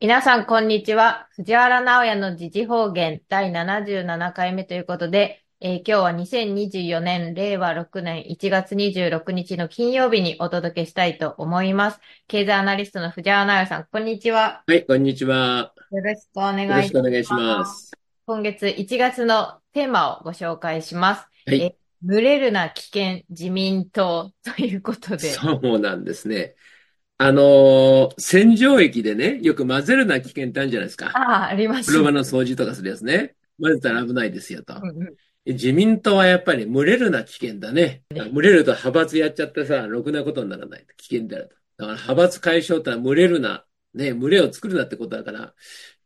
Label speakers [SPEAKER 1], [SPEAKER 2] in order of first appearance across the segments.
[SPEAKER 1] 皆さん、こんにちは。藤原直也の時事方言第77回目ということで、えー今日は2024年令和6年1月26日の金曜日にお届けしたいと思います。経済アナリストの藤原直也さん、こんにちは。
[SPEAKER 2] はい、こんにちは。
[SPEAKER 1] よろしくお願い
[SPEAKER 2] よろし
[SPEAKER 1] し
[SPEAKER 2] く
[SPEAKER 1] ま
[SPEAKER 2] お
[SPEAKER 1] す。
[SPEAKER 2] 願いします。
[SPEAKER 1] 今月1月のテーマをご紹介します。
[SPEAKER 2] はい
[SPEAKER 1] えー群れるな危険自民党ということで。
[SPEAKER 2] そうなんですね。あのー洗浄液でね、よく混ぜるな危険ってあるじゃないですか。
[SPEAKER 1] ああ、ありま
[SPEAKER 2] 風呂
[SPEAKER 1] す
[SPEAKER 2] 場
[SPEAKER 1] ね。
[SPEAKER 2] の掃除とかするやつね。混ぜたら危ないですよと。
[SPEAKER 1] うんうん
[SPEAKER 2] 自民党はやっぱり群れるな危険だね。群れると派閥やっちゃってさ、ろくなことにならない。危険であると。だから派閥解消ってのは群れるな、ね、群れを作るなってことだから、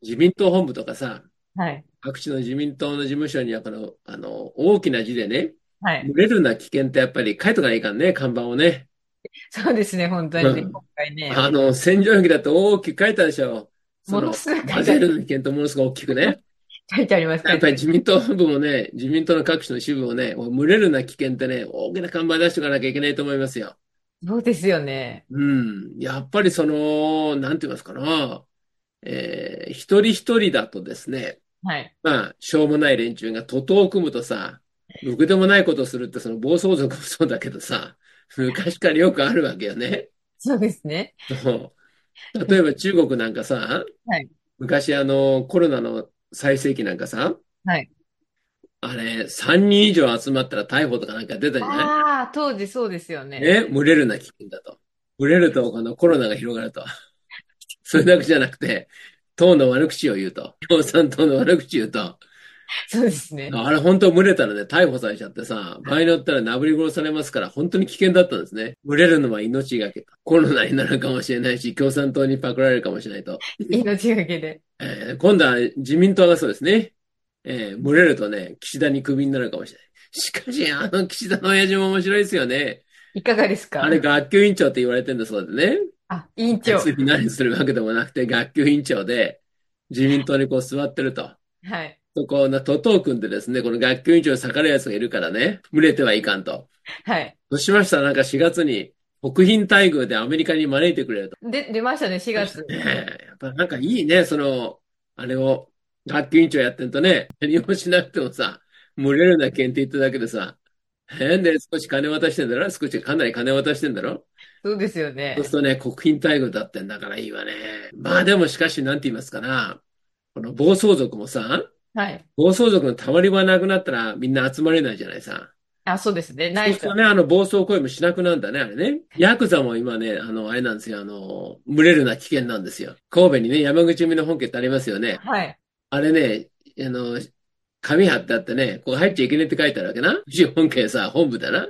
[SPEAKER 2] 自民党本部とかさ、
[SPEAKER 1] はい。
[SPEAKER 2] 各地の自民党の事務所にはこの、あの、大きな字でね、
[SPEAKER 1] はい。
[SPEAKER 2] 群れるな危険ってやっぱり書いとかないかんね、看板をね。
[SPEAKER 1] そうですね、本当にね、
[SPEAKER 2] うん
[SPEAKER 1] 今回ね。
[SPEAKER 2] あの、洗浄液だと大きく書いたでしょ。そ
[SPEAKER 1] も
[SPEAKER 2] の
[SPEAKER 1] の、すごく
[SPEAKER 2] 混ぜるの危険とものすごく大きくね。
[SPEAKER 1] 書いてあります
[SPEAKER 2] や
[SPEAKER 1] け
[SPEAKER 2] っぱ
[SPEAKER 1] ど
[SPEAKER 2] り自民党本部もね、自民党の各種の支部もね、群れるな危険ってね、大きな看板出しておかなきゃいけないと思いますよ。
[SPEAKER 1] そうですよね。
[SPEAKER 2] うん。やっぱりその、なんて言いますかな。えー一人一人だとですね、
[SPEAKER 1] はい。
[SPEAKER 2] まあ、しょうもない連中が徒党を組むとさ、ろくでもないことをするって、その暴走族もそうだけどさ、昔からよくあるわけよね。
[SPEAKER 1] そうですね。
[SPEAKER 2] そう 例えば中国なんかさ、
[SPEAKER 1] はい
[SPEAKER 2] 昔あのコロナの最盛期なんかさ、
[SPEAKER 1] はい
[SPEAKER 2] あれ、3人以上集まったら逮捕とかなんか出たじゃな
[SPEAKER 1] ああ、当時そうですよ
[SPEAKER 2] い
[SPEAKER 1] ね。
[SPEAKER 2] ね、群れるな危険だと。群れるとこのコロナが広がると。 それだけじゃなくて、党の悪口を言うと。共産党の悪口言うと。
[SPEAKER 1] そうですね。
[SPEAKER 2] あれ本当群れたらね、逮捕されちゃってさ、場合によったら殴り殺されますから、本当に危険だったんですね。群れるのは命がけ。コロナになるかもしれないし、共産党にパクられるかもしれないと。
[SPEAKER 1] 命がけで。
[SPEAKER 2] えー今度は自民党がそうですね。えー、群れるとね、岸田にクビになるかもしれない。しかし、あの岸田の親父も面白いですよね。
[SPEAKER 1] いかがですか
[SPEAKER 2] あれ、学級委員長って言われてるんだそうでね。
[SPEAKER 1] あ、委員長。
[SPEAKER 2] 別に何するわけでもなくて、学級委員長で、自民党にこう座ってると。
[SPEAKER 1] はい。
[SPEAKER 2] そこをな、徒党組んでですね、この学級委員長に逆らう奴がいるからね、群れてはいかんと。
[SPEAKER 1] はい。
[SPEAKER 2] そうしましたら、なんか4月に、北賓待遇でアメリカに招いてくれると。
[SPEAKER 1] で、出ましたね、4月。
[SPEAKER 2] ねえ、やっぱなんかいいね、その、あれを、学級委員長やってるとね、何もしなくてもさ、群れるな検定言っただけでさ、変で少し金渡してんだろ少しかなり金渡してんだろ
[SPEAKER 1] そうですよね
[SPEAKER 2] そう。するとね、国賓待遇だってんだからいいわね。まあでもしかし、なんて言いますかな。この暴走族もさ、
[SPEAKER 1] はい。
[SPEAKER 2] 暴走族のたまり場なくなったらみんな集まれないじゃないさ。
[SPEAKER 1] あ、そうですね。な
[SPEAKER 2] そう
[SPEAKER 1] い
[SPEAKER 2] するとね、あの、暴走行為もしなくなんだね、あれね。ヤクザも今ね、あの、あれなんですよ、あの、群れるな危険なんですよ。神戸にね、山口組の本家ってありますよね。
[SPEAKER 1] はい。
[SPEAKER 2] あれね、あの、紙貼ってあってね、こう入っちゃいけねえって書いてあるわけな。うち本家さ、本部だな。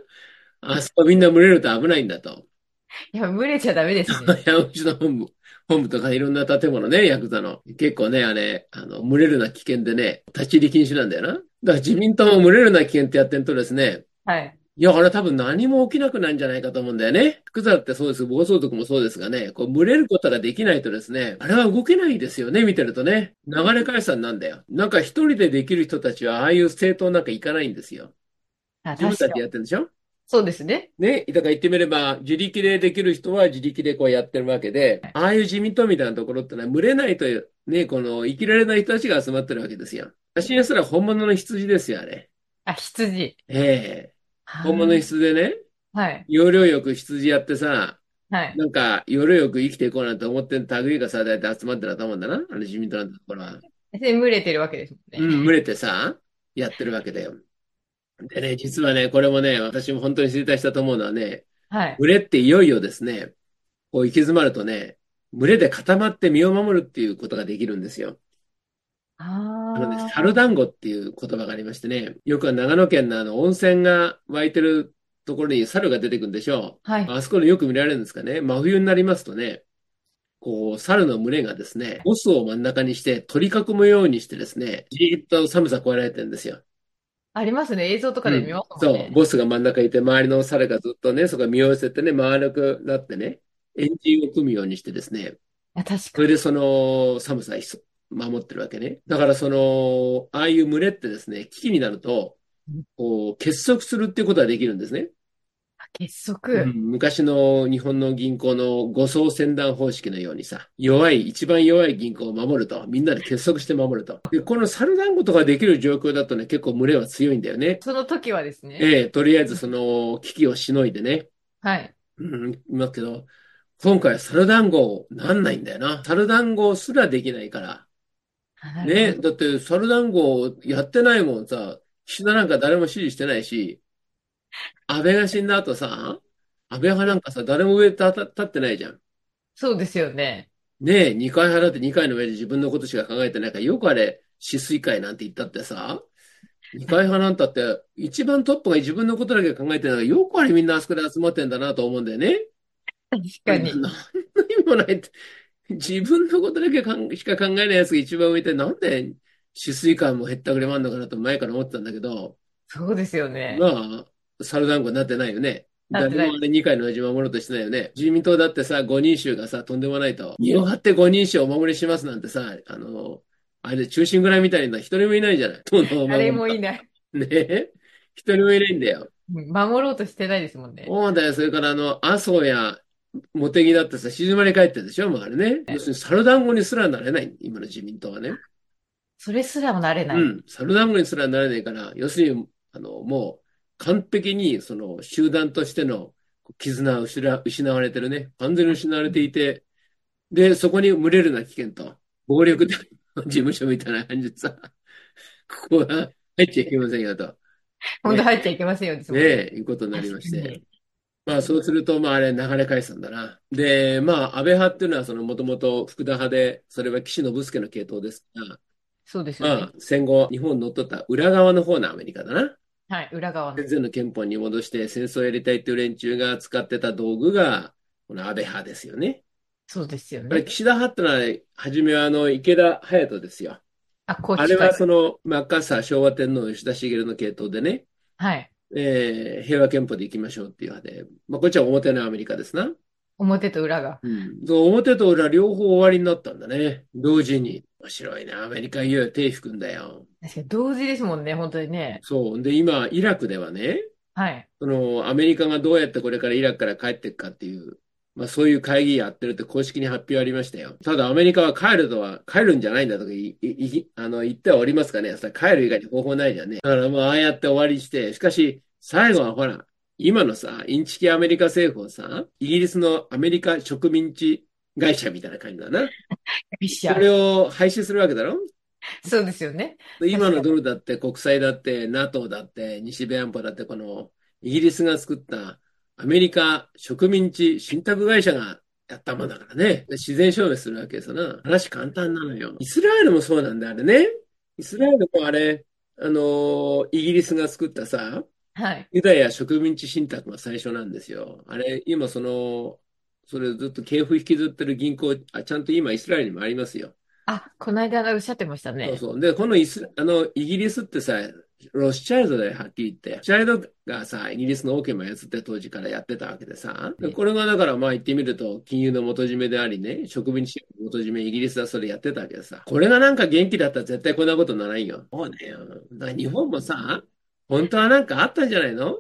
[SPEAKER 2] あそこみんな群れると危ないんだと。
[SPEAKER 1] いや、群れちゃダメですね。
[SPEAKER 2] 山口の本部、本部とかいろんな建物ね、ヤクザの。結構ね、あれ、あの、群れるな危険でね、立ち入り禁止なんだよな。だから自民党も群れるな危険ってやってるとですね、
[SPEAKER 1] はい。
[SPEAKER 2] いや、あれ多分何も起きなくないんじゃないかと思うんだよね。クザってそうです。暴走族もそうですがね、こう、群れることができないとですね、あれは動けないですよね、見てるとね。流れ解散なんだよ。なんか一人でできる人たちは、ああいう政党なんか行かないんですよ。
[SPEAKER 1] あ、
[SPEAKER 2] 自分
[SPEAKER 1] 確
[SPEAKER 2] た
[SPEAKER 1] か
[SPEAKER 2] ちでやってるんでしょ
[SPEAKER 1] そうですね。
[SPEAKER 2] ね、だから言ってみれば、自力でできる人は自力でこうやってるわけで、ああいう自民党みたいなところってのは、群れないという、ね、この、生きられない人たちが集まってるわけですよ。私にしたら本物の羊ですよ、あれ。
[SPEAKER 1] あ、羊。
[SPEAKER 2] ええ本物の羊でね、
[SPEAKER 1] はい。
[SPEAKER 2] 要領よく羊やってさ、
[SPEAKER 1] はい。
[SPEAKER 2] なんか、夜よく生きていこうなんて思ってん類がさ、だいたい集まってると思うんだな、あの自民党のところは。
[SPEAKER 1] で、群れてるわけですもんね。
[SPEAKER 2] うん、群れてさ、やってるわけだよ。でね、実はね、これもね、私も本当に衰退したと思うのはね、
[SPEAKER 1] はい。
[SPEAKER 2] 群れっていよいよですね、こう行き詰まるとね、群れで固まって身を守るっていうことができるんですよ。
[SPEAKER 1] あ
[SPEAKER 2] あのね、
[SPEAKER 1] あ。
[SPEAKER 2] 猿団子っていう言葉がありましてね、よくは長野県のあの温泉が湧いてるところに猿が出てくるんでしょう。
[SPEAKER 1] はい。
[SPEAKER 2] あそこでよく見られるんですかね。真冬になりますとね、こう、猿の群れがですね、オスを真ん中にして取り囲むようにしてですね、じーっと寒さ越えられてるんですよ。
[SPEAKER 1] ありますね。映像とかで見ます
[SPEAKER 2] そ
[SPEAKER 1] もん
[SPEAKER 2] う、
[SPEAKER 1] ね。
[SPEAKER 2] ボスが真ん中にいて、周りの猿がずっとね、そこに身を寄せてね、丸くなってね、円陣を組むようにしてですね、
[SPEAKER 1] あ確
[SPEAKER 2] そ
[SPEAKER 1] かに。
[SPEAKER 2] れでその寒さを守ってるわけね。だからその、ああいう群れってですね、危機になると、こう、結束するっていうことができるんですね。
[SPEAKER 1] 結
[SPEAKER 2] う
[SPEAKER 1] 束。
[SPEAKER 2] ん昔の日本の銀行の護送船団方式のようにさ、弱い、一番弱い銀行を守ると、みんなで結束して守ると。で、この猿団子とかできる状況だとね、結構群れは強いんだよね。
[SPEAKER 1] その時はですね。
[SPEAKER 2] ええ、とりあえずその危機をしのいでね。
[SPEAKER 1] はい。
[SPEAKER 2] うん、いますけど、今回は猿団子なんないんだよな。猿団子すらできないから。
[SPEAKER 1] あなるほ
[SPEAKER 2] ね、
[SPEAKER 1] ど。
[SPEAKER 2] だって猿団子やってないもんさ、岸田なんか誰も支持してないし、安倍が死んだ後さ、安倍派なんかさ、誰も上立た立ってないじゃん。
[SPEAKER 1] そうですよね。
[SPEAKER 2] ねえ、二階派だって二階の上で自分のことしか考えてないから、よくあれ、死水会なんて言ったってさ、二階派なんたって、一番トップが自分のことだけ考えてないから、よくあれみんなあそこで集まってんだなと思うんだよね。
[SPEAKER 1] 確
[SPEAKER 2] あ
[SPEAKER 1] か
[SPEAKER 2] れな、
[SPEAKER 1] に。
[SPEAKER 2] なんの意味もないって。自分のことだけかんしか考えないやつが一番上で、なんで死水感も減ったくれまんのかなと前から思ってたんだけど、
[SPEAKER 1] そうですよね。
[SPEAKER 2] まあ、猿団子になってないよね。
[SPEAKER 1] なって
[SPEAKER 2] 誰
[SPEAKER 1] ない
[SPEAKER 2] もあ
[SPEAKER 1] で
[SPEAKER 2] れ
[SPEAKER 1] す。
[SPEAKER 2] 二階の親父守ろうとしてないよね。自民党だってさ、五人衆がさ、とんでもないと。身を張って五人衆をお守りしますなんてさ、あの、あれで忠臣蔵みたいな一人もいないじゃない。党のお守
[SPEAKER 1] 誰
[SPEAKER 2] り
[SPEAKER 1] もい
[SPEAKER 2] は。
[SPEAKER 1] ない。
[SPEAKER 2] ねえ。一人もいないんだよ。
[SPEAKER 1] うん守ろうとしてないですもんね。
[SPEAKER 2] そうだよ。それからあの、麻生や茂木だってさ、静まり返ってるでしょ、もうあれね。要するに猿団子にすらなれない。今の自民党はね。
[SPEAKER 1] それすらもなれな
[SPEAKER 2] う
[SPEAKER 1] い。
[SPEAKER 2] ん。猿団子にすらなれないから、要するに、あの、もう、完璧に、その、集団としての絆を失わ失われてるね。完全に失われていて、で、そこに群れるな危険と、暴力団の事務所みたいな感じでさ、 ここは入っちゃいけませんよと。
[SPEAKER 1] 本当
[SPEAKER 2] ね、
[SPEAKER 1] 入っちゃいけませんよ、です
[SPEAKER 2] ね
[SPEAKER 1] もんね。
[SPEAKER 2] え、いうことになり
[SPEAKER 1] 確
[SPEAKER 2] ま
[SPEAKER 1] か
[SPEAKER 2] して。
[SPEAKER 1] に。
[SPEAKER 2] まあそうすると、まああれ流れ解散だな。で、まあ安倍派っていうのはそのもともと福田派で、それは岸信介の系統ですから、
[SPEAKER 1] そうですよ
[SPEAKER 2] ま
[SPEAKER 1] ね。
[SPEAKER 2] あ戦後日本に乗っ取った裏側の方のアメリカだな。
[SPEAKER 1] はい、裏側
[SPEAKER 2] 戦
[SPEAKER 1] の。
[SPEAKER 2] 前の憲法に戻して戦争をやりたいっていう連中が使ってた道具が、この安倍派ですよね。
[SPEAKER 1] そうですよ
[SPEAKER 2] これ
[SPEAKER 1] ね。
[SPEAKER 2] 岸田派ってのは、初めはあの池田隼人ですよ。
[SPEAKER 1] あ、高
[SPEAKER 2] あ
[SPEAKER 1] 知
[SPEAKER 2] れ
[SPEAKER 1] か
[SPEAKER 2] は
[SPEAKER 1] ら。
[SPEAKER 2] その、マッカーサー昭和天皇吉田茂の系統でね、
[SPEAKER 1] はい。
[SPEAKER 2] えー平和憲法でいきましょうっていう派で、まあこっちは表のアメリカですな。
[SPEAKER 1] 表と裏が。
[SPEAKER 2] うん、そう、表と裏両方終わりになったんだね。同時に。面白いな。アメリカいよいよ手引くんだよ。
[SPEAKER 1] 確かに同時ですもんね、本当にね。
[SPEAKER 2] そう。で、今、イラクではね、
[SPEAKER 1] はい。
[SPEAKER 2] その、アメリカがどうやってこれからイラクから帰っていくかっていう、まあそういう会議やってるって公式に発表ありましたよ。ただ、アメリカは帰るとは、帰るんじゃないんだとかい、い、いあの、言ってはおりますかね。それ帰る以外に方法ないじゃんね。だからもう、ああやって終わりして、しかし、最後はほら、今のさ、インチキアメリカ政府をさ、イギリスのアメリカ植民地会社みたいな感じだな。
[SPEAKER 1] ビッシ
[SPEAKER 2] そ
[SPEAKER 1] ャー。
[SPEAKER 2] れを廃止するわけだろ
[SPEAKER 1] そうですよね。
[SPEAKER 2] 今
[SPEAKER 1] 確
[SPEAKER 2] の
[SPEAKER 1] か
[SPEAKER 2] ドルだって国債だって NATO だって日米安保だってこのイギリスが作ったアメリカ植民地信託会社がやったもんだからね。自然消滅するわけですよな。話簡単なのよ。イスラエルもそうなんだ、あれね。イスラエルもあれ、あのーイギリスが作ったさ、
[SPEAKER 1] に。はい。
[SPEAKER 2] ユダヤ植民地信託が最初なんですよ。あれ、今その、それずっと系譜引きずってる銀行、あ、ちゃんと今イスラエルにもありますよ。
[SPEAKER 1] あ、この間おっしゃってました
[SPEAKER 2] そう
[SPEAKER 1] ね。
[SPEAKER 2] そう。で、このイス、あの、イギリスってさ、ロスチャイルドだよ、はっきり言って。ロスチャイルドがさ、イギリスの王家もやつって当時からやってたわけでさ。で
[SPEAKER 1] ね
[SPEAKER 2] これがだから、まあ言ってみると、金融の元締めでありね、植民地の元締め、イギリスはそれやってたわけでさ。これがなんか元気だったら絶対こんなことならんよ。そうだよ。だから日本もさ、本当はなんかあったんじゃないの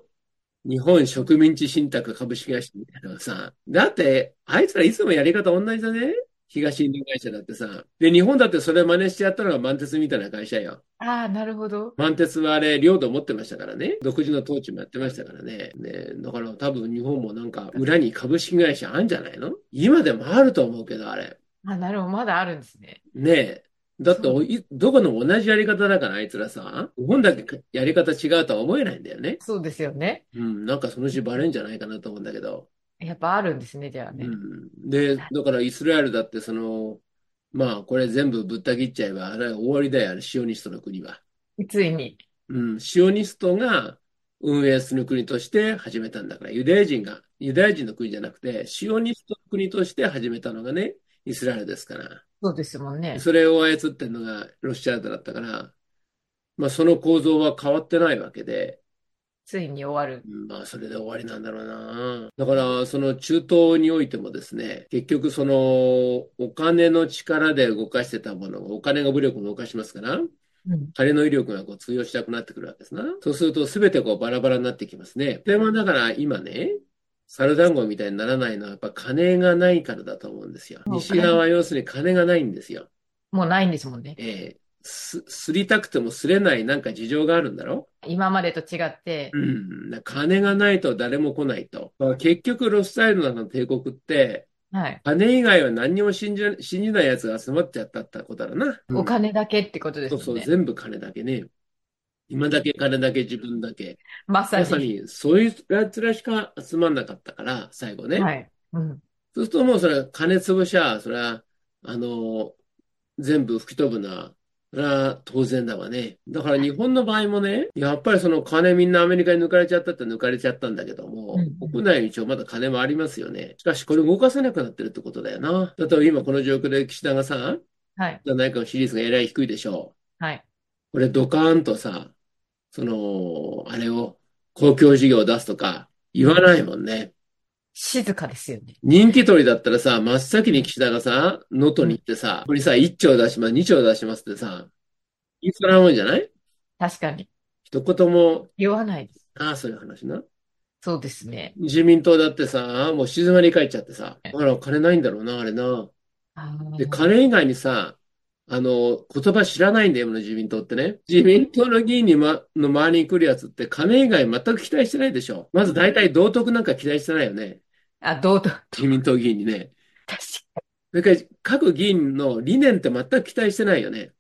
[SPEAKER 2] 日本植民地信託株式会社みたいなのさ。だって、あいつらいつもやり方同じだね。東インド会社だってさ。で、日本だってそれ真似してやったのが満鉄みたいな会社よ。
[SPEAKER 1] ああ、なるほど。
[SPEAKER 2] 満鉄はあれ、領土持ってましたからね。独自の統治もやってましたからね。ね、だから多分日本もなんか裏に株式会社あんじゃないの今でもあると思うけど、あれ。
[SPEAKER 1] あ、なるほど。まだあるんですね。
[SPEAKER 2] ねえ。だって
[SPEAKER 1] そう。
[SPEAKER 2] おいどこのも同じやり方だから、あいつらさ。日本だけやり方違うとは思えないんだよね。
[SPEAKER 1] そうですよね。
[SPEAKER 2] うん、なんかそのうちバレんじゃないかなと思うんだけど。
[SPEAKER 1] やっぱあるんですね、じゃあ
[SPEAKER 2] う
[SPEAKER 1] ね。
[SPEAKER 2] ん、で、だからイスラエルだってその、まあこれ全部ぶった切っちゃえば、あれは終わりだよ、あれシオニストの国は。
[SPEAKER 1] ついに。
[SPEAKER 2] うん、シオニストが運営する国として始めたんだから、ユダヤ人が、ユダヤ人の国じゃなくて、シオニストの国として始めたのがね、イスラエルですから。
[SPEAKER 1] そうですもんね。
[SPEAKER 2] それを操ってるのがロシアだったから、まあその構造は変わってないわけで、
[SPEAKER 1] ついに終わる。
[SPEAKER 2] まあ、それで終わりなんだろうな。だから、その中東においてもですね、結局、その、お金の力で動かしてたものを、お金が武力を動かしますから、
[SPEAKER 1] うん
[SPEAKER 2] 彼の威力がこう通用しなくなってくるわけですな。そうすると全てこうバラバラになってきますね。でもだから今ね、猿団子みたいにならないのはやっぱ金がないからだと思うんですよ。
[SPEAKER 1] そう
[SPEAKER 2] 西側は要するに金がないんですよ。
[SPEAKER 1] もうないんですもんね。
[SPEAKER 2] ええす、すりたくてもすれないなんか事情があるんだろ
[SPEAKER 1] 今までと違って。
[SPEAKER 2] うん。だから金がないと誰も来ないと。だから結局ロスタイルの帝国って、
[SPEAKER 1] はい。
[SPEAKER 2] 金以外は何にも信じ、信じない奴が集まっちゃったってことだな。
[SPEAKER 1] お金だけってことです
[SPEAKER 2] そ
[SPEAKER 1] よ
[SPEAKER 2] う
[SPEAKER 1] ね。
[SPEAKER 2] そう、全部金だけね。今だけ金だけ自分だけ。
[SPEAKER 1] まさ
[SPEAKER 2] ま
[SPEAKER 1] に。
[SPEAKER 2] さに、そういうやつらしか集まんなかったから、最後ね。
[SPEAKER 1] はい。うん。
[SPEAKER 2] そうするともうそれは金潰しゃ、それは、あの、全部吹き飛ぶな。それは当然だわね。だから日本の場合もね、やっぱりその金みんなアメリカに抜かれちゃったって抜かれちゃったんだけども
[SPEAKER 1] うん、
[SPEAKER 2] 国内に一応まだ金もありますよね。しかしこれ動かせなくなってるってことだよな。だって今この状況で岸田がさ、
[SPEAKER 1] はい。
[SPEAKER 2] 内閣の支持率がえらい低いでしょう。
[SPEAKER 1] はい。
[SPEAKER 2] これドカーンとさ、その、あれを公共事業を出すとか言わないもんね。
[SPEAKER 1] 静かですよね。
[SPEAKER 2] 人気取りだったらさ、真っ先に岸田がさ、能登に行ってさ、これさ、1兆出します、2兆出しますってさ、言いそうなもんじゃない
[SPEAKER 1] 確かに。
[SPEAKER 2] 一言も、
[SPEAKER 1] 言わないです。
[SPEAKER 2] ああ、そういう話な。
[SPEAKER 1] そうですね。
[SPEAKER 2] 自民党だってさ、もう静まり返っちゃってさ、
[SPEAKER 1] ええ
[SPEAKER 2] あら、金ないんだろうな、あれな。
[SPEAKER 1] あー
[SPEAKER 2] で、金以外にさ、あの、言葉知らないんだよ、今の自民党ってね。自民党の議員に、ま、の周りに来るやつって、金以外全く期待してないでしょ。まず大体道徳なんか期待してないよね。
[SPEAKER 1] あ、どうと。
[SPEAKER 2] 自民党議員にね。
[SPEAKER 1] 確かに。
[SPEAKER 2] それから、各議員の理念って全く期待してないよね。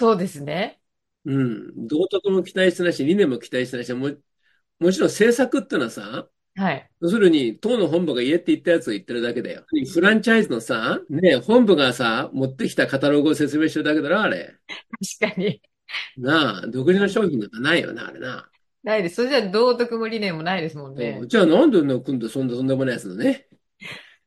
[SPEAKER 1] そうですね。
[SPEAKER 2] うん。道徳も期待してないし、理念も期待してないし、も、もちろん政策ってのはさ、
[SPEAKER 1] はい。
[SPEAKER 2] 要するに、党の本部が言えって言ったやつを言ってるだけだよ。フランチャイズのさ、ね、本部がさ、持ってきたカタログを説明してるだけだろ、あれ。
[SPEAKER 1] 確かに。
[SPEAKER 2] なあ、独自の商品なんかないよな、あれな。
[SPEAKER 1] ないです。それじゃ道徳も理念もないですもんね。
[SPEAKER 2] じゃあなんでな組んでそんなとんでもないやつのね。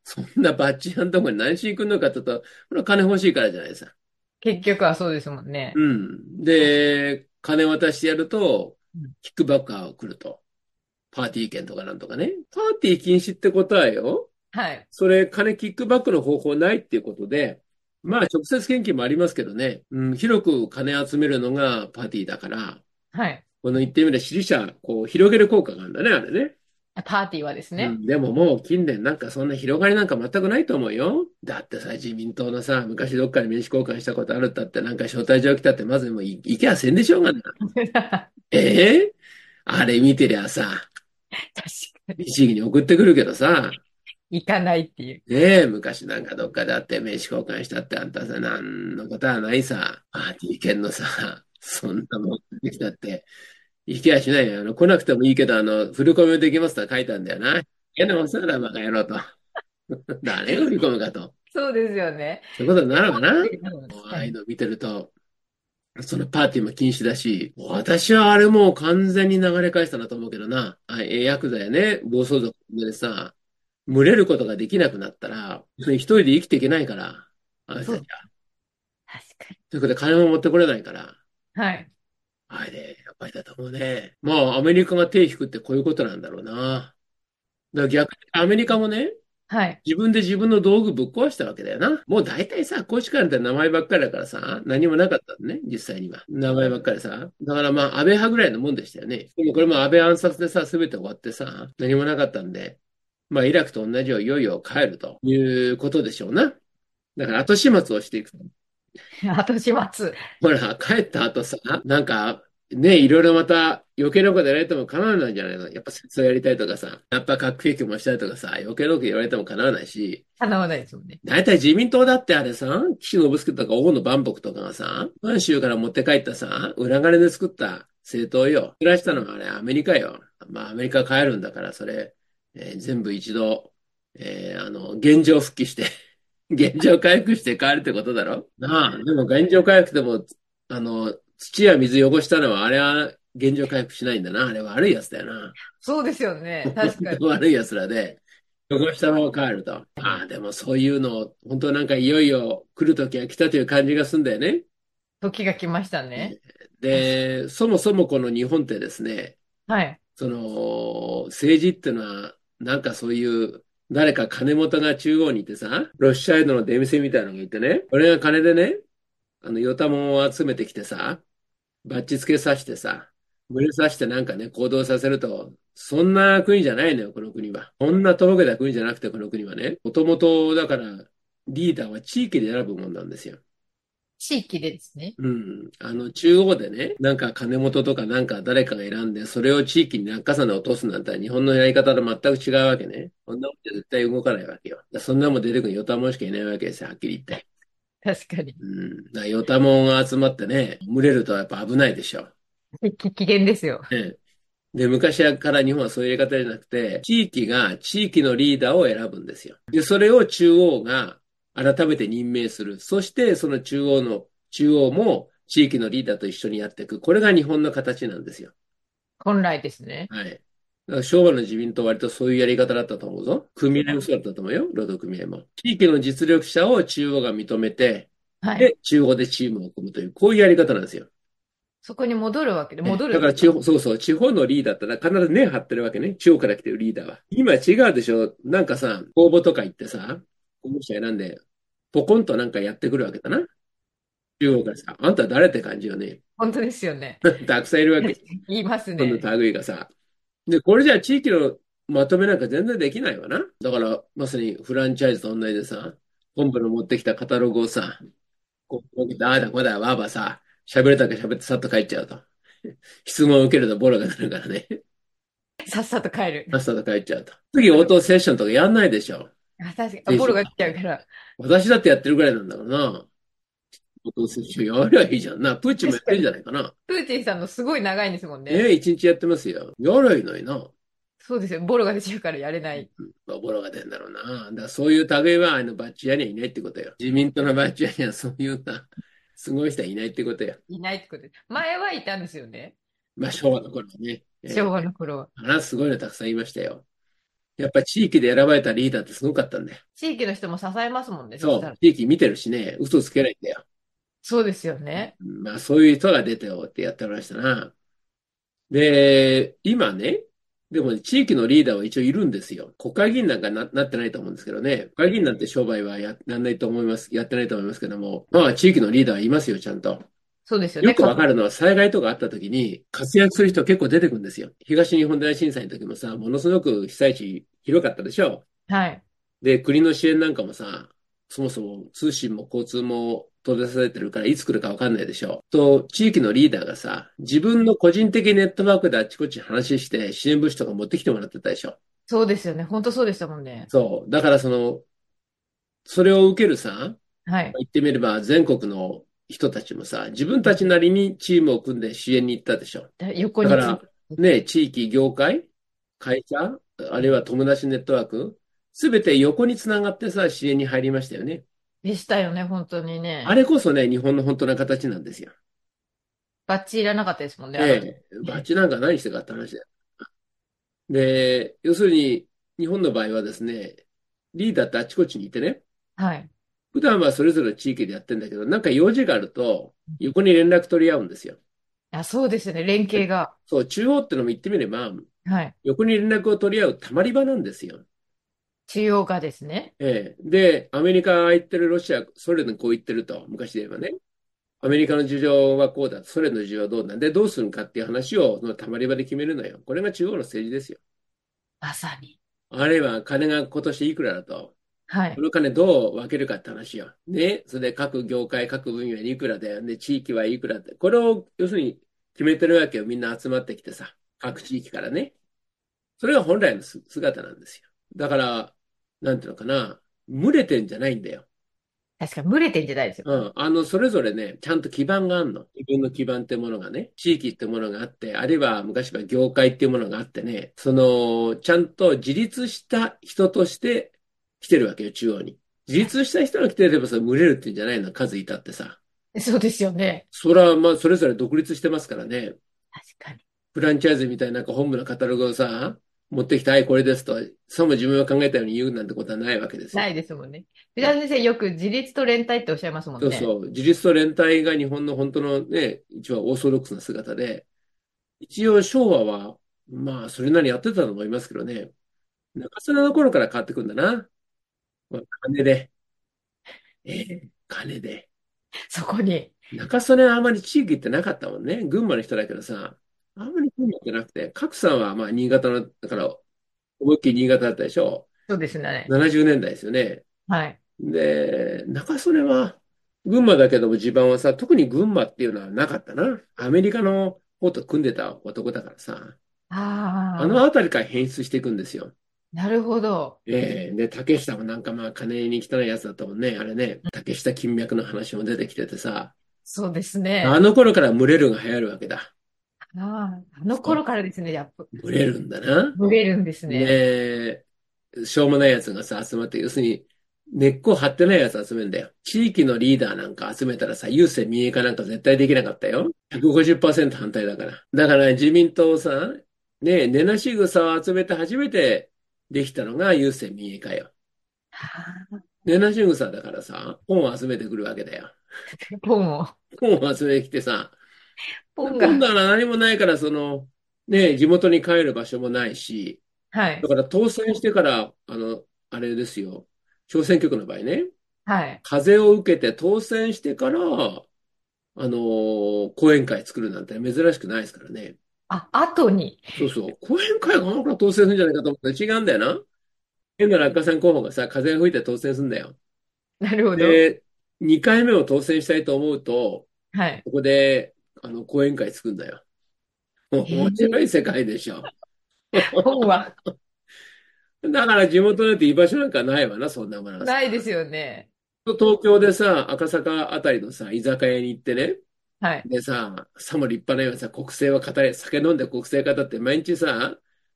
[SPEAKER 2] そんなバッチリのとこに何しに来んのかって言ったら、これは金欲しいからじゃないですか。
[SPEAKER 1] 結局はそうですもんね。
[SPEAKER 2] うん。で、金渡してやると
[SPEAKER 1] うん、
[SPEAKER 2] キックバッカーが来ると。パーティー券とかなんとかね。パーティー禁止ってことはよ、
[SPEAKER 1] はい。
[SPEAKER 2] それ金キックバックの方法ないっていうことで、まあ直接献金もありますけどね、うん、広く金集めるのがパーティーだから、
[SPEAKER 1] はい。
[SPEAKER 2] この言ってみれば支持者、こう広げる効果があるんだね、あれね。
[SPEAKER 1] パーティーはですね。
[SPEAKER 2] うん、でももう近年なんかそんな広がりなんか全くないと思うよ。だってさ、自民党のさ、昔どっかに名刺交換したことあるったってなんか招待状来たってまずもうい行けやせんでしょうが な。
[SPEAKER 1] 確
[SPEAKER 2] ええあれ見てりゃさ、
[SPEAKER 1] かに。
[SPEAKER 2] 律儀に送ってくるけどさ、
[SPEAKER 1] 行かないっていう。
[SPEAKER 2] ねえ、昔なんかどっかであって名刺交換したってあんたさ、なんのことはないさ、パーティー券のさ、そんなもんできたって、行けやしないよ。あの、来なくてもいいけど、あの、振り込みできますとは書いたんだよな。嫌なもんすならバカ野郎と。 誰が振り込むかと。
[SPEAKER 1] そうですよね。
[SPEAKER 2] そういうことになるわな。
[SPEAKER 1] 確
[SPEAKER 2] あ
[SPEAKER 1] か
[SPEAKER 2] あいう
[SPEAKER 1] に
[SPEAKER 2] の見てると、そのパーティーも禁止だし、私はあれもう完全に流れ返したなと思うけどな。あええヤクザやね、暴走族でさ、群れることができなくなったら、それ一人で生きていけないから、あの人たちは。
[SPEAKER 1] 確か
[SPEAKER 2] ということで金も持ってこれないから、
[SPEAKER 1] に。はい。
[SPEAKER 2] あれで、やっぱりだと思うね。まあ、アメリカが手引くってこういうことなんだろうな。だから逆にアメリカもね、
[SPEAKER 1] はい。
[SPEAKER 2] 自分で自分の道具ぶっ壊したわけだよな。もう大体さ、公使館って名前ばっかりだからさ、何もなかったのね、実際には。名前ばっかりさ。だからまあ、安倍派ぐらいのもんでしたよね。でもこれも安倍暗殺でさ、すべて終わってさ、何もなかったんで、まあ、イラクと同じよういよいよ帰るということでしょうな。だから後始末をしていく。
[SPEAKER 1] 後始末。
[SPEAKER 2] ほら、帰った後さ、なんか、ね、いろいろまた余計なことやられても叶わないんじゃないのやっぱ戦争やりたいとかさ、やっぱ核兵器もしたいとかさ、余計なこと言われても叶わないし、
[SPEAKER 1] 叶わないですもんね。
[SPEAKER 2] 大体自民党だってあれさ、岸信介とか大野万博とかがさ、満州から持って帰ったさ、裏金で作った政党よ。暮らしたのがあれアメリカよ。まあアメリカ帰るんだから、それ、えー全部一度、えーあの、現状復帰して、 現状回復して帰るってことだろなあ、でも現状回復でも、あの、土や水汚したのは、あれは現状回復しないんだな。あれは悪いやつだよな。
[SPEAKER 1] そうですよ ね。確かに。
[SPEAKER 2] 悪い奴らで、汚したまま帰ると。ああ、でもそういうの、本当なんかいよいよ来る時は来たという感じがすんだよね。
[SPEAKER 1] 時が来ましたね。
[SPEAKER 2] で、そもそもこの日本ってですね、
[SPEAKER 1] はい。
[SPEAKER 2] その、政治ってのは、なんかそういう、誰か金元が中央にいてさ、ロッシュアイドの出店みたいなのがいてね、俺が金でね、あの、ヨタモンを集めてきてさ、バッチつけさせてさ、群れさせてなんかね、行動させると、そんな国じゃないのよ、この国は。こんなとぼけた国じゃなくて、この国はね。もともと、だから、リーダーは地域で選ぶもんなんですよ。
[SPEAKER 1] 地域でですね。
[SPEAKER 2] うん。あの、中央でね、なんか金本とかなんか誰かが選んで、それを地域に落下さ落とすなんて日本のやり方と全く違うわけね。こんなもんじゃ絶対動かないわけよ。だからそんなもん出てくるヨタもんしかいないわけですよ、はっきり言って。
[SPEAKER 1] 確かに。
[SPEAKER 2] うん。だからヨタもんが集まってね、群れるとやっぱ危ないでしょ。
[SPEAKER 1] 危危険ですよ。
[SPEAKER 2] ね。で、昔から日本はそういうやり方じゃなくて、地域が地域のリーダーを選ぶんですよ。で、それを中央が改めて任命する。そして、その中央の、中央も地域のリーダーと一緒にやっていく。これが日本の形なんですよ。
[SPEAKER 1] 本来ですね。
[SPEAKER 2] はい。だから昭和の自民党は割とそういうやり方だったと思うぞ。組合もそうだったと思うよ。労働組合も。地域の実力者を中央が認めて、
[SPEAKER 1] はい。
[SPEAKER 2] で、中央でチームを組むという、こういうやり方なんですよ。
[SPEAKER 1] そこに戻るわけで、戻る。
[SPEAKER 2] だから地方、そうそう、地方のリーダーってのは必ず根張ってるわけね。地方から来てるリーダーは。今違うでしょ。なんかさ、公募とか行ってさ、候補者選んで、ポコンとなんかやってくるわけだな。中央からさ、あんた誰って感じよね。
[SPEAKER 1] 本当ですよね。
[SPEAKER 2] たくさんいるわけ。
[SPEAKER 1] 言います
[SPEAKER 2] この
[SPEAKER 1] ね。
[SPEAKER 2] 類がさ。で、これじゃあ地域のまとめなんか全然できないわな。だから、まさにフランチャイズと同じでさ、本部の持ってきたカタログをさ、こう、ああだこうだ、わーばさ、喋れたけ喋ってさっと帰っちゃうと。質問を受けるとボロが出るからね。
[SPEAKER 1] さっさと帰る。
[SPEAKER 2] さっさと帰っちゃうと。次、応答セッションとかやんないでしょ。
[SPEAKER 1] あ、確か
[SPEAKER 2] そう
[SPEAKER 1] に。ボロが来ちゃうから。
[SPEAKER 2] 私だってやってるぐらいなんだからな。応答セッションやればいいじゃんな。プーチンもやってるんじゃないかな。
[SPEAKER 1] プーチンさんのすごい長いんですもんね。
[SPEAKER 2] ねえ、一日やってますよ。やればいいのにな。
[SPEAKER 1] そうですよ。ボロが出ちゃうからやれない。
[SPEAKER 2] まあボロが出るんだろうな。だからそういう類は、あの、バッチ屋にはいないってことよ。自民党のバッチ屋にはそういうな、すごい人はいないってことよ。
[SPEAKER 1] いないってことで。前はいたんですよね。
[SPEAKER 2] まあ、昭和の頃はね。ええ
[SPEAKER 1] 昭和の頃は。
[SPEAKER 2] あら、すごいのたくさんいましたよ。やっぱ地域で選ばれたリーダーってすごかったんだよ。
[SPEAKER 1] 地域の人も支えますもんね。
[SPEAKER 2] そ
[SPEAKER 1] したら
[SPEAKER 2] う。地域見てるしね、嘘つけないんだよ。
[SPEAKER 1] そうですよね。
[SPEAKER 2] まあ、そういう人が出てよってやってましたな。で、今ね、でも地域のリーダーは一応いるんですよ。国会議員なんかな、なってないと思うんですけどね。国会議員なんて商売はや、なんないと思います。やってないと思いますけども。まあ、地域のリーダーはいますよ、ちゃんと。
[SPEAKER 1] そうですよね。
[SPEAKER 2] よくわかるのは災害とかあった時に活躍する人結構出てくるんですよ。東日本大震災の時もさ、ものすごく被災地広かったでしょ。
[SPEAKER 1] はい。
[SPEAKER 2] で、国の支援なんかもさ、そもそも通信も交通も閉ざされてるからいつ来るかわかんないでしょ。と、地域のリーダーがさ、自分の個人的ネットワークであちこち話して支援物資とか持ってきてもらってたでしょ。
[SPEAKER 1] そうですよね。本当そうでしたもんね。
[SPEAKER 2] そう。だからその、それを受けるさ、
[SPEAKER 1] はい。
[SPEAKER 2] 言ってみれば全国の人たちもさ、自分たちなりにチームを組んで支援に行ったでしょ。
[SPEAKER 1] 横に
[SPEAKER 2] だか
[SPEAKER 1] つ
[SPEAKER 2] ら、ね、地域、業界、会社、あるいは友達ネットワーク、すべて横につながってさ、支援に入りましたよね。
[SPEAKER 1] でしたよね。本当にね。
[SPEAKER 2] あれこそね、日本の本当な形なんですよ。
[SPEAKER 1] バッチいらなかったですもんね。あの
[SPEAKER 2] ええ、バッチなんか何してかって話だよ。で、要するに、日本の場合はですね、リーダーってあちこちにいてね、
[SPEAKER 1] はい。
[SPEAKER 2] 普段はそれぞれの地域でやってんだけど、なんか用事があると、横に連絡取り合うんですよ。
[SPEAKER 1] あ、そうですよね。連携が。
[SPEAKER 2] そう、中央ってのも言ってみれば、
[SPEAKER 1] はい。
[SPEAKER 2] 横に連絡を取り合うたまり場なんですよ。
[SPEAKER 1] 中央がですね。
[SPEAKER 2] ええ。で、アメリカ行ってるロシア、ソ連にこう言ってると、昔で言えばね。アメリカの事情はこうだ、ソ連の事情はどうなんで、どうするんかっていう話を、そのたまり場で決めるのよ。これが中央の政治ですよ。
[SPEAKER 1] まさに。
[SPEAKER 2] あるいは金が今年いくらだと、
[SPEAKER 1] はい
[SPEAKER 2] こ。の金どう分けるかって話よ。ね。それで各業界、各分野にいくらだよ。で、地域はいくらだ。これを、要するに決めてるわけよ。みんな集まってきてさ。各地域からね。それが本来のす姿なんですよ。だから、なんていうのかな。群れてんじゃないんだよ。
[SPEAKER 1] 確かに、群れてんじゃないですよ。
[SPEAKER 2] うん。あの、それぞれね、ちゃんと基盤があるの。自分の基盤ってものがね、地域ってものがあって、あるいは昔は業界っていうものがあってね、その、ちゃんと自立した人として来てるわけよ、中央に。自立した人が来てればさ、群れるっていうんじゃないの、数いたってさ。
[SPEAKER 1] そうですよね。
[SPEAKER 2] それは、まあ、それぞれ独立してますからね。
[SPEAKER 1] 確かに。
[SPEAKER 2] フランチャイズみたいな、なんか本部のカタログをさ、持ってきて、はい、これですと、さも自分が考えたように言うなんてことはないわけですよ。
[SPEAKER 1] ないですもんね。藤原先生、よく自立と連帯っておっしゃいますもん
[SPEAKER 2] そう
[SPEAKER 1] ね。
[SPEAKER 2] そう。自立と連帯が日本の本当のね、一番オーソドックスな姿で、一応昭和は、まあ、それなりやってたと思いますけどね、中曽根の頃から変わってくんだな。まあ、金で。ええ、金で。
[SPEAKER 1] そこに。
[SPEAKER 2] 中曽根はあまり地域ってなかったもんね。群馬の人だけどさ、あんまり群馬ってなくて、賀来さんはまあ新潟の、だから、思いっきり新潟だったでしょ。
[SPEAKER 1] そうですね。
[SPEAKER 2] 70年代ですよね。
[SPEAKER 1] はい。
[SPEAKER 2] で、中曽根は、群馬だけども地盤はさ、特に群馬っていうのはなかったな。アメリカの方と組んでた男だからさ、
[SPEAKER 1] ああ、
[SPEAKER 2] あの辺りから変質していくんですよ。
[SPEAKER 1] なるほど。
[SPEAKER 2] ええで、竹下もなんかまあ金に汚いやつだったもんね。あれね、竹下金脈の話も出てきててさ、
[SPEAKER 1] そうですね。
[SPEAKER 2] あの頃から群れるが流行るわけだ。
[SPEAKER 1] ああ、あの頃からですね、やっぱ、
[SPEAKER 2] 群れるんだな。
[SPEAKER 1] ブレるんですね。
[SPEAKER 2] で、しょうもないやつがさ、集まって、要するに、根っこ張ってないやつ集めんだよ。地域のリーダーなんか集めたらさ、郵政民営化なんか絶対できなかったよ。150%反対だから。だから自民党さ、ねえ、根なし草を集めて初めてできたのが郵政民営化よ。
[SPEAKER 1] はあ
[SPEAKER 2] 根なし草だからさ、本を集めてくるわけだよ。
[SPEAKER 1] ポンを、
[SPEAKER 2] 本を集めてきてさ、
[SPEAKER 1] ポンが、
[SPEAKER 2] 今度は何もないから、その、ねえ、地元に帰る場所もないし、
[SPEAKER 1] はい
[SPEAKER 2] だ、から当選してから、あの、あれですよ、小選挙区の場合ね、
[SPEAKER 1] はい。
[SPEAKER 2] 風を受けて当選してから、あのー後援会作るなんて珍しくないですからね。
[SPEAKER 1] あ、後に、
[SPEAKER 2] そうそう、後援会があの頃当選するんじゃないかと思ったら違うんだよな。変な落下線候補がさ、風が吹いて当選するんだよ。
[SPEAKER 1] なるほど。
[SPEAKER 2] で、2回目を当選したいと思うと、
[SPEAKER 1] はい。
[SPEAKER 2] ここで、あの、後援会作るんだよ。面白い世界 でしょ。
[SPEAKER 1] ポンは、
[SPEAKER 2] だから地元なんて居場所なんかないわな、そんなものはさ
[SPEAKER 1] ないですよね。
[SPEAKER 2] 東京でさ、赤坂あたりのさ、居酒屋に行ってね、
[SPEAKER 1] はい。
[SPEAKER 2] でさ、さも立派なようにさ、国政は語れ、酒飲んで国政語って毎日さ、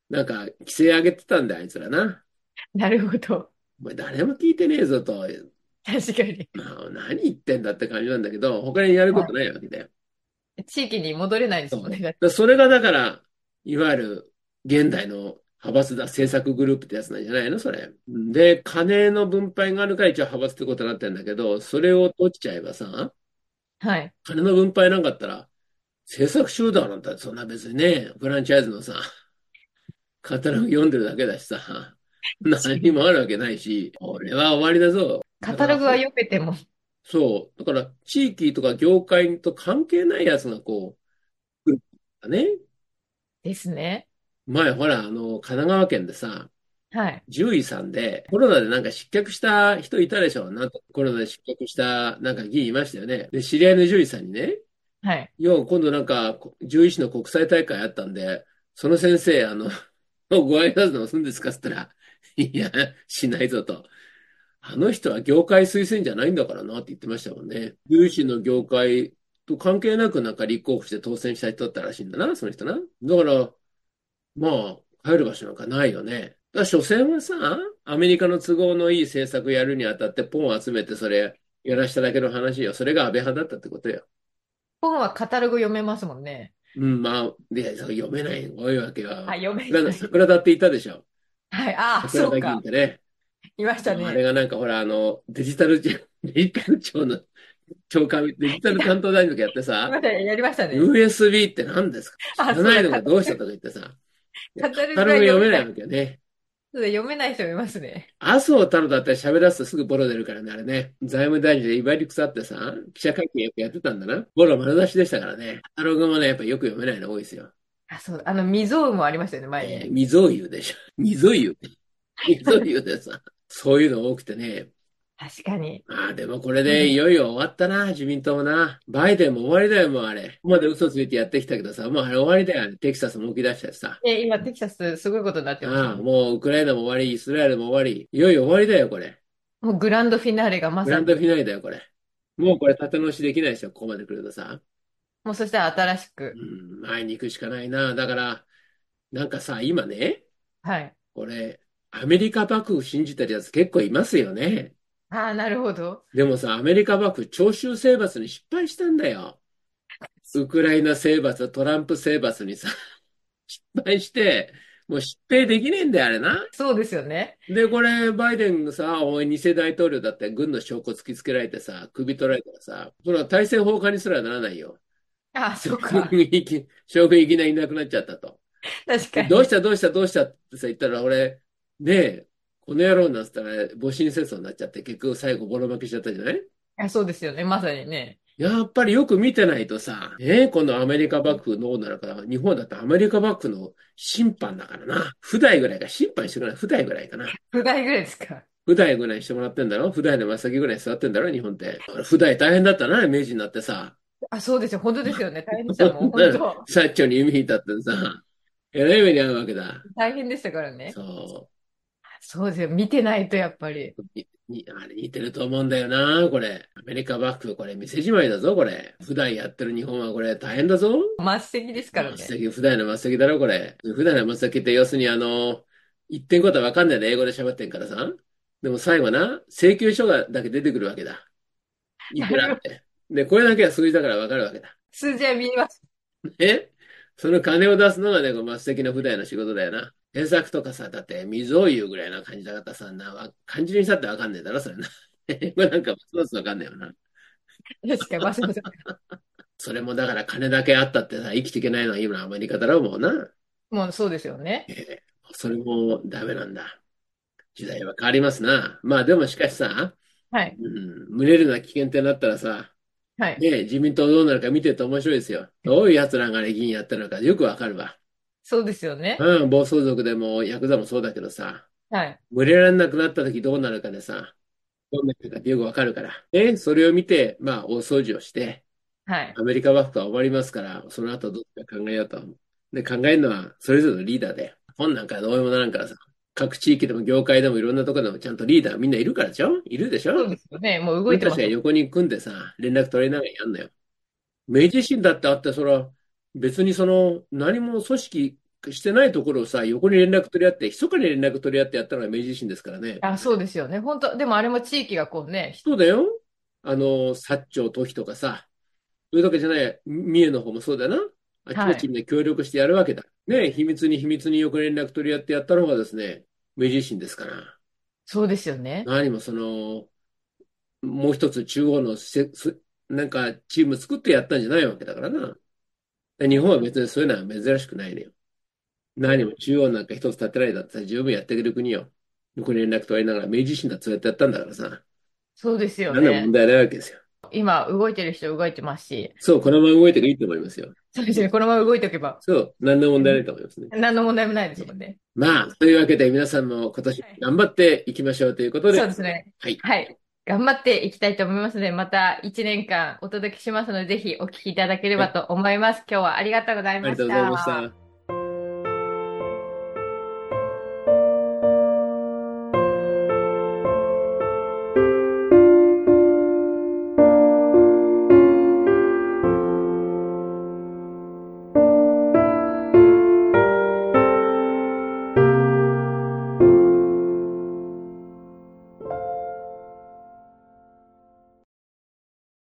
[SPEAKER 2] なんか規制上げてたんだよ、あいつらな。
[SPEAKER 1] なるほど。
[SPEAKER 2] お前誰も聞いてねえぞと、
[SPEAKER 1] 確かに。
[SPEAKER 2] まあ、何言ってんだって感じなんだけど、他にやることないわけだよ。だか
[SPEAKER 1] 地域に戻れないですもんね。
[SPEAKER 2] らそれがだから、いわゆる現代の派閥だ、政策グループってやつなんじゃないのそれ。で、金の分配があるから一応派閥ってことになってんだけど、それを取っちゃえばさ、
[SPEAKER 1] はい。
[SPEAKER 2] 金の分配なんかあったら、制作集団なんてそんな別にね、フランチャイズのさ、カタログ読んでるだけだしさ、何もあるわけないし、これは終わりだぞ。
[SPEAKER 1] カタログは読めても、
[SPEAKER 2] そう。だから、地域とか業界と関係ないやつがこう、来るんだね。
[SPEAKER 1] ですね。
[SPEAKER 2] 前、ほら、あの、神奈川県でさ、
[SPEAKER 1] はい。
[SPEAKER 2] 獣医さんで、コロナでなんか失脚した人いたでしょなんかコロナで失脚した、なんか議員いましたよね。で、知り合いの獣医さんにね、
[SPEAKER 1] はい。
[SPEAKER 2] 要は今度なんか、こ獣医師の国際大会あったんで、その先生、あの、ご挨拶でもするんですかって言ったら、いや、しないぞと。あの人は業界推薦じゃないんだからなって言ってましたもんね。獣医師の業界と関係なくなんか立候補して当選した人だったらしいんだな、その人な。だから、まあ、帰る場所なんかないよね。だから、所詮はさ、アメリカの都合のいい政策やるにあたってポンを集めてそれやらしただけの話よ。それが安倍派だったってことよ。
[SPEAKER 1] ポンはカタログ読めますもんね。
[SPEAKER 2] うん、まあ、いや、そう読めない多いわけよ。
[SPEAKER 1] あ、読め
[SPEAKER 2] 桜
[SPEAKER 1] な
[SPEAKER 2] 田、
[SPEAKER 1] い。
[SPEAKER 2] 桜田っていたでしょ。
[SPEAKER 1] はい。ああ、
[SPEAKER 2] 桜
[SPEAKER 1] そう
[SPEAKER 2] 田議員
[SPEAKER 1] か
[SPEAKER 2] っ。てね。
[SPEAKER 1] いました
[SPEAKER 2] あれ
[SPEAKER 1] ね。
[SPEAKER 2] がなんかほら、あの、デジタルじ、 デジタル庁の長官、デジタル担当大臣とかやって
[SPEAKER 1] い
[SPEAKER 2] さ
[SPEAKER 1] ま、したね。やりましたね。
[SPEAKER 2] USB って何ですか知
[SPEAKER 1] あ、
[SPEAKER 2] ら
[SPEAKER 1] そう
[SPEAKER 2] ないの
[SPEAKER 1] だ
[SPEAKER 2] がどうしたとか言ってさ、
[SPEAKER 1] カタログ
[SPEAKER 2] カタ
[SPEAKER 1] が
[SPEAKER 2] ロ
[SPEAKER 1] 読
[SPEAKER 2] グ
[SPEAKER 1] め
[SPEAKER 2] 読
[SPEAKER 1] な。
[SPEAKER 2] めないいわけよね。
[SPEAKER 1] そうだ読めない人もいますね。
[SPEAKER 2] 麻生太郎だったら喋らすとすぐボロ出るからね、あれね。財務大臣で威張り腐ってさ、記者会見よくやってたんだな。ボロ丸出しでしたからね。カタログもね、やっぱよく読めないの多いですよ。
[SPEAKER 1] あ、そうだ。あの、未曾有もありましたよね、前
[SPEAKER 2] え
[SPEAKER 1] に。
[SPEAKER 2] ー、未曾有でしょ。 未曾有。未曾有でさ、そういうの多くてね。
[SPEAKER 1] 確かに。
[SPEAKER 2] ああ、でもこれでいよいよ終わったな、自民党もな。バイデンも終わりだよ、もうあれ。ここまで嘘ついてやってきたけどさ、もうあれ終わりだよ、あれテキサスも動き出したしさ。
[SPEAKER 1] え、今、テキサス、すごいことになって
[SPEAKER 2] ああ、
[SPEAKER 1] ますね。
[SPEAKER 2] もうウクライナも終わり、イスラエルも終わり。いよいよ終わりだよ、これ。
[SPEAKER 1] もうグランドフィナーレがま
[SPEAKER 2] グ
[SPEAKER 1] さ
[SPEAKER 2] ランド
[SPEAKER 1] に。
[SPEAKER 2] フィナーレだよ、これ。もうこれ立て直しできないでしょ、ここまで来るとさ。
[SPEAKER 1] もうそしたら新しく。
[SPEAKER 2] うん、前に行くしかないな。だから、なんかさ、今ね、
[SPEAKER 1] はい。
[SPEAKER 2] これ、アメリカ幕府信じてるやつ結構いますよね。
[SPEAKER 1] ああ、なるほど。
[SPEAKER 2] でもさ、アメリカ幕府、徴収征伐に失敗したんだよ。ウクライナ征伐、トランプ征伐にさ、失敗して、もう疾病できねえんだよ、あれな。
[SPEAKER 1] そうですよね。
[SPEAKER 2] で、これ、バイデンがさ、おい、偽大統領だって軍の証拠突きつけられてさ、首取られたらさ、それは体制崩壊にすらならないよ。
[SPEAKER 1] あ あ、そう
[SPEAKER 2] 将
[SPEAKER 1] か。
[SPEAKER 2] 軍いき、将軍いきなりいなくなっちゃったと。
[SPEAKER 1] 確かに。
[SPEAKER 2] どうしたどうしたどうしたってさ、言ったら、俺、ねえ、この野郎なんつったら、戊辰戦争になっちゃって、結局最後ボロ負けしちゃったじゃない
[SPEAKER 1] あ、そうですよね。まさにね。
[SPEAKER 2] やっぱりよく見てないとさ、えこのアメリカ幕府のなのか、日本だとアメリカ幕府の審判だからな。普代ぐらいか、審判してくれない。普代ぐらいかな。
[SPEAKER 1] 不代ぐらいですか
[SPEAKER 2] 普代ぐらいにしてもらってんだろ普代の真っ先ぐらいに座ってんだろ日本って。普代大変だったな、明治になってさ。
[SPEAKER 1] あ、そうですよ。本当ですよ ね。大変でしたもん。本当。
[SPEAKER 2] サッチョに弓引いたってさ、えらい目に遭うわけだ。
[SPEAKER 1] 大変でしたからね。
[SPEAKER 2] そ
[SPEAKER 1] そうですよ。見てないとやっぱり。
[SPEAKER 2] う。ににあれ似てると思うんだよな、これ。アメリカ幕府、これ店じまいだぞ、これ。普代やってる日本はこれ大変だぞ。
[SPEAKER 1] 末席ですからね。
[SPEAKER 2] 真っ先、普段の真っ先だろ、これ。普段の真っ先って、要するに、あの、言ってることはわかんないで、英語で喋ってんからさ。でも最後な、請求書がだけ出てくるわけだ。いくらって。で、これだけは数字だからわかるわけだ。
[SPEAKER 1] 数字は見えます。
[SPEAKER 2] えその金を出すのがね、こう真っ先の普段の仕事だよな。検索とかさ、だって、水を言うぐらいな感じだからさ、な、わ漢字にしたってわかんねえだろ、それな。英語なんかもそうそうわかんねえよな。
[SPEAKER 1] 確かに、まさか。
[SPEAKER 2] それもだから金だけあったってさ、生きていけないのは今のアメリカだろ、もうな。
[SPEAKER 1] もうそうですよね。
[SPEAKER 2] それもダメなんだ。時代は変わりますな。まあでもしかしさ、
[SPEAKER 1] はい。
[SPEAKER 2] うん、群れるな危険ってなったらさ、
[SPEAKER 1] はい。
[SPEAKER 2] ねえ、自民党どうなるか見てると面白いですよ。どういう奴らがあれ議員やってるのかよくわかるわ。
[SPEAKER 1] そうですよね。
[SPEAKER 2] うん、暴走族でもヤクザもそうだけどさ、
[SPEAKER 1] はい。
[SPEAKER 2] 群れられなくなった時どうなるかでさ、どうなるかってよくわかるから。ね、それを見て、まあ大掃除をして、
[SPEAKER 1] はい。
[SPEAKER 2] アメリカ幕府は終わりますから、その後どうか考えようと。で、考えるのはそれぞれのリーダーで。本なんかどうにもならんからさ、各地域でも業界でもいろんなところでもちゃんとリーダーみんないるからでしょいるでし
[SPEAKER 1] そう
[SPEAKER 2] ょ
[SPEAKER 1] ですよね。もう動
[SPEAKER 2] 俺
[SPEAKER 1] いて
[SPEAKER 2] た
[SPEAKER 1] ます
[SPEAKER 2] ちが。横に組んでさ、連絡取りながらやんのよ。明治維新だってあって、そら、別にその、何も組織してないところをさ、横に連絡取り合って、密かに連絡取り合ってやったのが明治維新ですからね。
[SPEAKER 1] あ、そうですよね。本当でもあれも地域がこうね、
[SPEAKER 2] そうだよ。あの、薩長時とかさ、それだけじゃない、三重の方もそうだな。あ
[SPEAKER 1] はい
[SPEAKER 2] っちこっちみんな協力してやるわけだ。ねえ秘密に秘密によく連絡取り合ってやったのがですね、明治維新ですから。
[SPEAKER 1] そうですよね。
[SPEAKER 2] 何もその、もう一つ中央のせ、すなんかチーム作ってやったんじゃないわけだからな。で日本は別にそういうのは珍しくないのよ。何も中央なんか一つ立てられたって十分やってくれる国よ。よく連絡取りながら明治維新だってそうやってやったんだからさ。
[SPEAKER 1] そうですよ
[SPEAKER 2] 何ら
[SPEAKER 1] ね
[SPEAKER 2] 問。題ないわけですよ。
[SPEAKER 1] 今、動いてる人動いてますし、
[SPEAKER 2] そう、このまま動いていいと思いますよ。
[SPEAKER 1] そうですね。このまま動いておけば、
[SPEAKER 2] そう、何の問題ないと思いますね。
[SPEAKER 1] 何の問題もないですもんね。
[SPEAKER 2] まあ、というわけで皆さんも今年頑張っていきましょうということで、
[SPEAKER 1] そうですね。
[SPEAKER 2] はい。
[SPEAKER 1] はい。頑張っていきたいと思いますので、また1年間お届けしますので、ぜひお聞きいただければと思います。今日はありがとうござい
[SPEAKER 2] あ
[SPEAKER 1] ま
[SPEAKER 2] りがとう
[SPEAKER 1] し
[SPEAKER 2] ござい
[SPEAKER 1] た
[SPEAKER 2] まし。た。